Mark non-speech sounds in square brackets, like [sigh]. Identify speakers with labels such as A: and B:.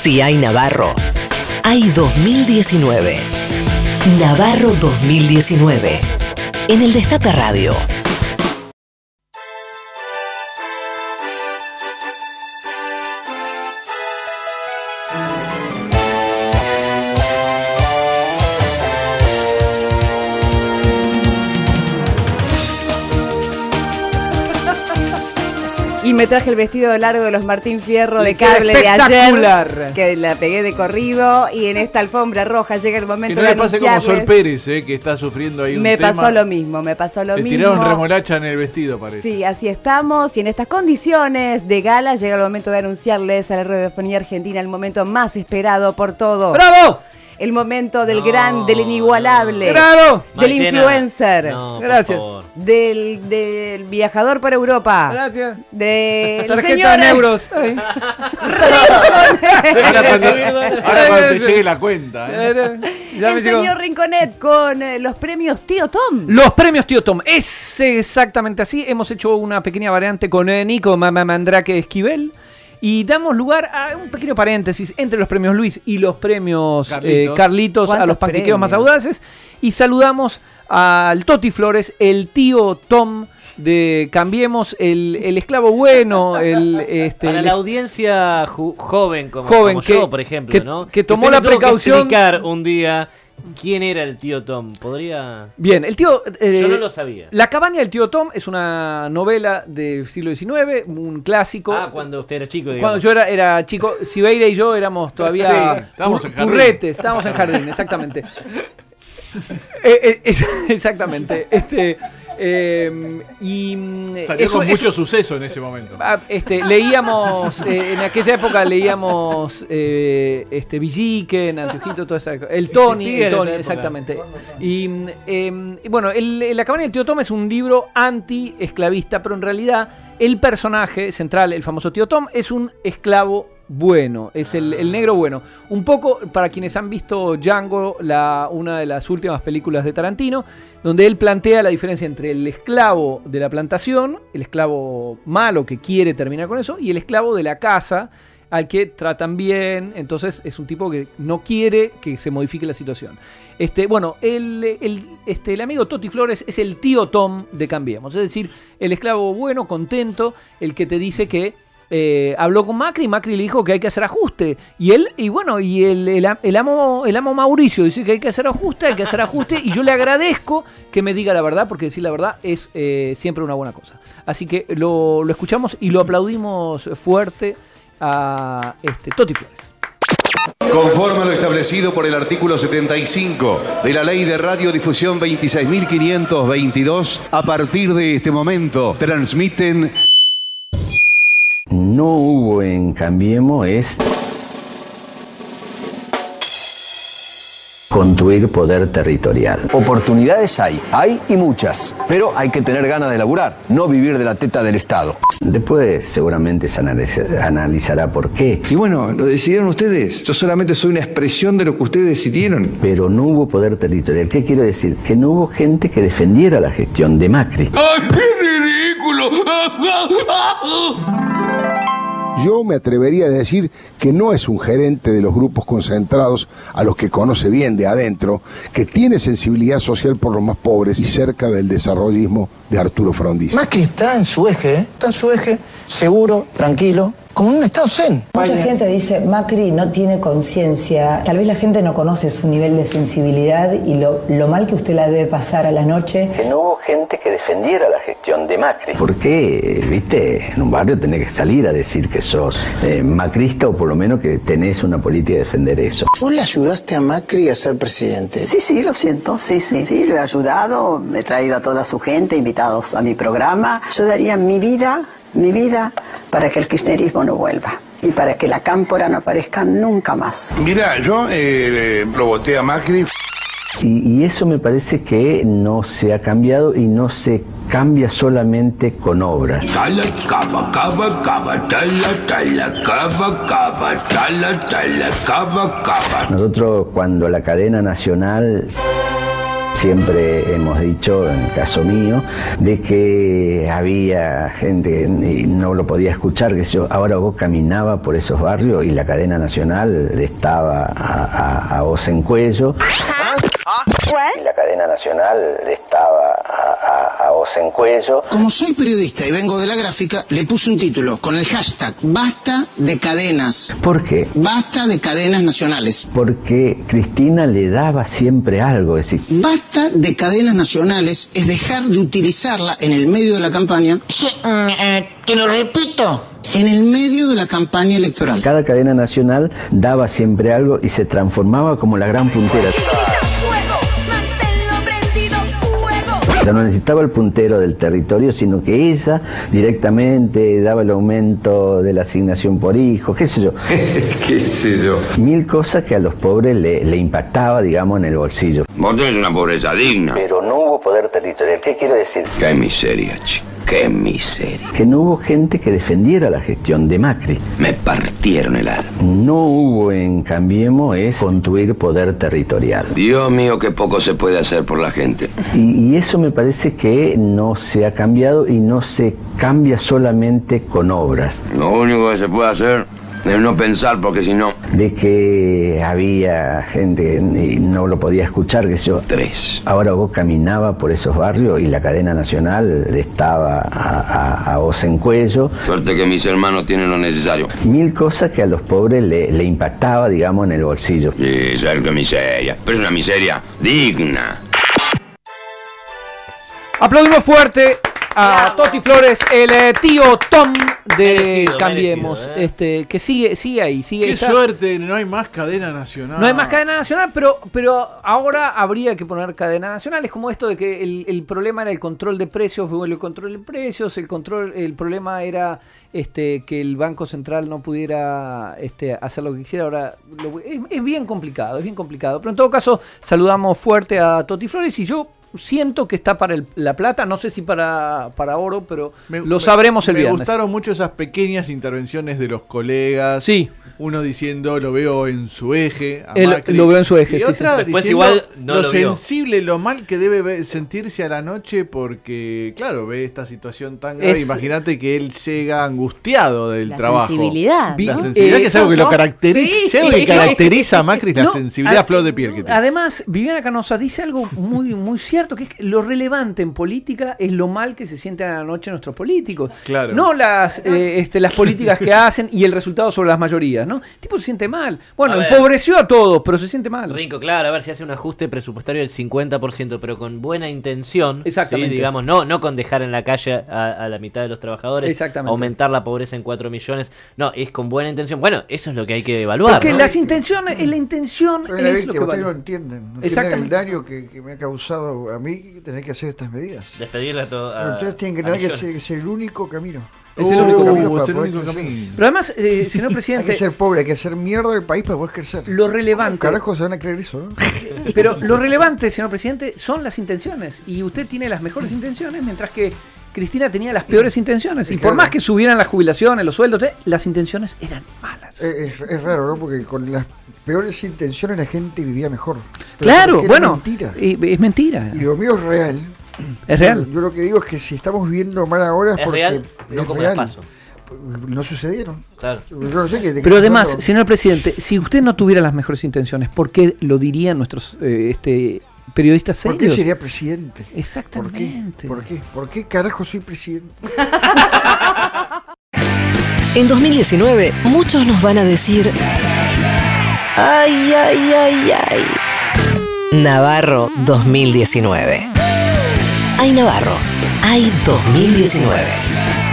A: CI Navarro. Hay 2019. Navarro 2019. En el Destape Radio.
B: Y me traje el vestido largo de los Martín Fierro
C: Le
B: de
C: queda
B: cable de ayer.
C: espectacular.
B: Que la pegué de corrido. Y en esta alfombra roja llega el momento
C: Que no
B: de
C: le pase como Sol
B: anunciarles.
C: Pérez, eh, que está sufriendo ahí un
B: pues. Me
C: tema.
B: pasó lo mismo, me pasó lo
C: Le
B: mismo.
C: tiraron remolacha en el vestido, parece.
B: Sí, así estamos. Y en estas condiciones de gala llega el momento de anunciarles a la radiofonía argentina el momento más esperado por todos.
C: ¡Bravo!
B: El momento del
D: No,
B: gran, del inigualable.
C: ¡Bravo!
B: Del
D: Maitena,
B: influencer.
D: no, por
C: Gracias.
D: favor.
B: Del, del viajador por Europa.
E: Gracias.
B: De
E: Tarjeta
B: [laughs]
E: en euros. Ay. [laughs]
C: Ahora cuando, ahora cuando te
E: Sí.
C: llegue la cuenta. eh.
E: Ya me
B: el
E: llegó.
B: señor Rinconet con eh, los premios Tío Tom.
E: Los premios Tío Tom. Es exactamente así. Hemos hecho una pequeña variante con eh, Nico Mamá Mandrake Esquivel. Y damos lugar a un pequeño paréntesis entre los premios Luis y los premios eh, Carlitos,
C: Carlitos.
E: a los
B: ¿Cuántos
E: panquequeos más
B: premios?
E: audaces. Y saludamos al Toti Flores, el tío Tom de Cambiemos, el, el esclavo bueno, el, este,
D: Para
E: el
D: la audiencia ju- joven, como,
E: Joven
D: como
E: que-
D: yo, por ejemplo,
E: que-
D: ¿no?
E: que tomó
D: usted me
E: la
D: tuvo
E: precaución-
D: explicar un día quién era el tío Tom. Podría.
E: Bien, el tío. eh,
D: Yo no lo sabía.
E: La cabaña del tío Tom es una novela del siglo XIX, un clásico.
D: Ah, cuando usted era chico,
E: Cuando
D: digamos.
E: yo era, era chico, Sibeira y yo éramos
C: Sí,
E: todavía
C: estábamos
E: pur-
C: en jardín.
E: purretes, estábamos en
C: [laughs]
E: jardín, exactamente. Eh, eh, es- [laughs] exactamente. Este, eh, y mm,
C: Salió
E: eso-
C: con
E: eso-
C: mucho suceso en ese momento.
E: Ah, este, leíamos, eh, en aquella época leíamos eh, este, Villiquen, Antiojito, toda esa co- El Tony,
D: Existía
E: el
D: en
E: Tony,
D: esa época.
E: exactamente. Y, mm, eh, y bueno, el- el La cabaña del tío Tom es un libro anti-esclavista, pero en realidad el personaje central, el famoso tío Tom, es un esclavo bueno, es el, el negro bueno. Un poco para quienes han visto Django, la, una de las últimas películas de Tarantino, donde él plantea la diferencia entre el esclavo de la plantación, el esclavo malo que quiere terminar con eso, y el esclavo de la casa al que tratan bien, entonces es un tipo que no quiere que se modifique la situación. Este, bueno, el, el- este, el amigo Toti Flores es el tío Tom de Cambiemos, es decir, el esclavo bueno, contento, el que te dice que eh, habló con Macri y Macri le dijo que hay que hacer ajuste. Y él, y bueno, y el, el am- el amo, el amo Mauricio dice que hay que hacer ajuste, hay que hacer ajuste. Y yo le agradezco que me diga la verdad, porque decir la verdad es eh, siempre una buena cosa. Así que lo, lo escuchamos y lo aplaudimos fuerte a este, Toti Flores.
F: Conforme a lo establecido por el artículo 75 de la Ley de Radiodifusión 26.522, a partir de este momento transmiten
G: no hubo en Cambiemos es construir poder territorial.
H: Oportunidades hay, hay y muchas, pero hay que tener ganas de laburar, no vivir de la teta del Estado.
G: Después seguramente se analiza- analizará por qué,
H: Y bueno, lo decidieron ustedes. Yo solamente soy una expresión de lo que ustedes decidieron.
G: pero no hubo poder territorial. ¿Qué quiero decir? Que no hubo gente que defendiera la gestión de Macri.
I: Yo me atrevería a decir que no es un gerente de los grupos concentrados a los que conoce bien de adentro, que tiene sensibilidad social por los más pobres y cerca del desarrollismo de Arturo Frondizi.
J: Macri está en su eje, ¿eh? está en su eje, seguro, tranquilo, como en un estado zen.
K: Mucha gente dice, Macri no tiene conciencia, tal vez la gente no conoce su nivel de sensibilidad y lo, lo mal que usted la debe pasar a la noche.
G: Que no hubo gente que defendiera la gestión de Macri. Porque, viste, en un barrio tenés que salir a decir que sos eh, macrista o por lo menos que tenés una política de defender eso.
J: Vos le ayudaste a Macri a ser presidente. Sí, sí, lo siento, sí, sí, sí, lo he ayudado, he traído a toda su gente, invitados a mi programa. Yo daría mi vida, mi vida, para que el kirchnerismo no vuelva y para que la cámpora no aparezca nunca más.
I: Mira, yo lo voté a Macri.
G: Y, y eso me parece que no se ha cambiado y no se cambia solamente con obras. Nosotros cuando la cadena nacional siempre hemos dicho, en el caso mío, de que había gente y no lo podía escuchar, que yo, ahora vos caminaba por esos barrios y la cadena nacional estaba a, a- a vos en cuello. Y la cadena nacional estaba a, a- a vos en cuello.
L: Como soy periodista y vengo de la gráfica, le puse un título con el hashtag Basta de cadenas.
G: ¿Por qué?
L: Basta de cadenas nacionales.
G: Porque Cristina le daba siempre algo, es decir,
L: Basta de cadenas nacionales es dejar de utilizarla en el medio de la campaña. Sí, mm, eh, te lo repito. En el medio de la campaña electoral.
G: Cada cadena nacional daba siempre algo y se transformaba como la gran puntera. Ya no necesitaba el puntero del territorio, sino que ella directamente daba el aumento de la asignación por hijo, qué sé yo.
M: ¿Qué sé yo?
G: Mil cosas que a los pobres le, le impactaba, digamos, en el bolsillo.
M: Vos tenés una pobreza digna.
G: Pero no hubo poder territorial. ¿Qué quiero decir?
M: Qué miseria, che. Qué miseria.
G: Que no hubo gente que defendiera la gestión de Macri.
M: Me partieron el alma.
G: No hubo en Cambiemos es construir poder territorial.
M: Dios mío, qué poco se puede hacer por la gente.
G: Y, y eso me parece que no se ha cambiado y no se cambia solamente con obras.
M: Lo único que se puede hacer es no pensar, porque si no,
G: De que había gente y no lo podía escuchar, que yo.
M: Tres.
G: Ahora vos caminaba por esos barrios y la cadena nacional estaba a, a- a vos en cuello.
M: suerte que mis hermanos tienen lo necesario.
G: Mil cosas que a los pobres le, le impactaba, digamos, en el bolsillo.
M: Sí, sabes qué miseria. Pero es una miseria digna.
E: Aplaudimos fuerte a Toti Flores, el eh, tío Tom de Cambiemos, este, que sigue, sigue ahí, sigue
C: eh. Qué
E: está-
C: suerte, no hay más cadena nacional.
E: No hay más cadena nacional, pero, pero ahora habría que poner cadena nacional. Es como esto de que el, el problema era el control de precios, bueno, el control de precios, el control, el problema era este que el Banco Central no pudiera este, hacer lo que quisiera. Ahora lo- es, es bien complicado, es bien complicado. Pero en todo caso, saludamos fuerte a Toti Flores y yo siento que está para el- la plata, no sé si para, para oro, pero lo sabremos el
C: me
E: viernes.
C: gustaron mucho esas pequeñas intervenciones de los colegas.
E: Sí.
C: Uno diciendo, lo veo en su eje. a
E: El-
C: Macri".
E: lo veo en su eje,
C: Y
E: sí, sí.
C: otra
E: Después
C: diciendo
E: igual no
C: lo,
E: lo vio.
C: sensible, lo mal que debe ver- sentirse a la noche porque, claro, ve esta situación tan grave.
E: Es-
C: Imagínate que él llega angustiado del
E: La
C: trabajo.
E: sensibilidad.
C: La
E: Vi-
C: sensibilidad,
E: eh,
C: que es algo que
E: ¿no?
C: lo caracteriza.
E: Sí,
C: si algo
E: sí, [laughs] no,
C: que
E: es que-
C: caracteriza a Macri es la
E: no,
C: sensibilidad
E: a-
C: a flor de piel que tiene.
E: Además, Viviana Canosa dice algo muy, muy cierto, que es que lo relevante en política es lo mal que se sienten a la noche nuestros políticos.
C: Claro.
E: No las, eh, este, las políticas
N: [laughs]
E: que hacen y el resultado sobre las mayorías, ¿no? El tipo se siente mal. Bueno,
D: A ver.
E: empobreció a todos, pero se siente mal.
D: Rinco, claro, a ver si hace un ajuste presupuestario del 50%, pero con buena intención.
E: Exactamente.
D: ¿sí? Digamos, no, no con dejar en la calle a, a la mitad de los trabajadores.
E: Exactamente.
D: Aumentar la pobreza en 4 millones. No, es con buena intención. Bueno, eso es lo que hay que evaluar.
E: Porque
D: ¿no?
E: las intenciones, es la intención
N: Soy la
E: es lo que
N: víctima, ustedes
E: vale.
N: no entienden. No entienden el
E: Exactamente.
N: daño que, que me ha causado a mí tener que hacer estas medidas.
D: Despedirle a todo. a-
N: Ustedes tienen que
D: a
N: entender que
D: millones.
N: es, es el único camino.
E: Es el único camino
N: para
E: es el
N: poder
E: único
N: crecer.
E: camino. Pero además, eh, señor
N: [laughs] hay que
E: presidente-
N: ser pobre, hay que hacer mierda del país para poder crecer.
E: Lo relevante-
N: Carajos, se van a creer
E: [laughs]
N: eso, ¿no?
E: Pero lo relevante, señor presidente, son las intenciones. Y usted tiene las mejores intenciones, mientras que Cristina tenía las peores intenciones. Y por más que subieran las jubilaciones, los sueldos, eh, las intenciones eran malas.
N: Eh, Es, es raro, ¿no? Porque con las peores intenciones la gente vivía mejor. Pero
E: claro,
N: porque era
E: bueno.
N: Mentira.
E: eh, Es mentira.
N: Y lo mío es real.
E: Es real.
N: Yo, yo lo que digo es que si estamos viviendo mal ahora es,
D: Es
N: porque
D: real, no
N: es
D: como
N: real.
D: las PASO.
N: No sucedieron.
D: Claro.
N: Yo no sé qué- de qué
E: Pero
N: estás
E: además,
N: hablando.
E: señor presidente, si usted no tuviera las mejores intenciones, ¿por qué lo dirían nuestros eh, este, periodistas
N: ¿Por
E: serios?
N: qué sería presidente?
E: Exactamente.
N: ¿Por qué? ¿Por qué? ¿Por qué carajo soy presidente?
A: En 2019, muchos nos van a decir. Ay, ay, ay, ay. Navarro 2019. Ay, Navarro. Ay, 2019.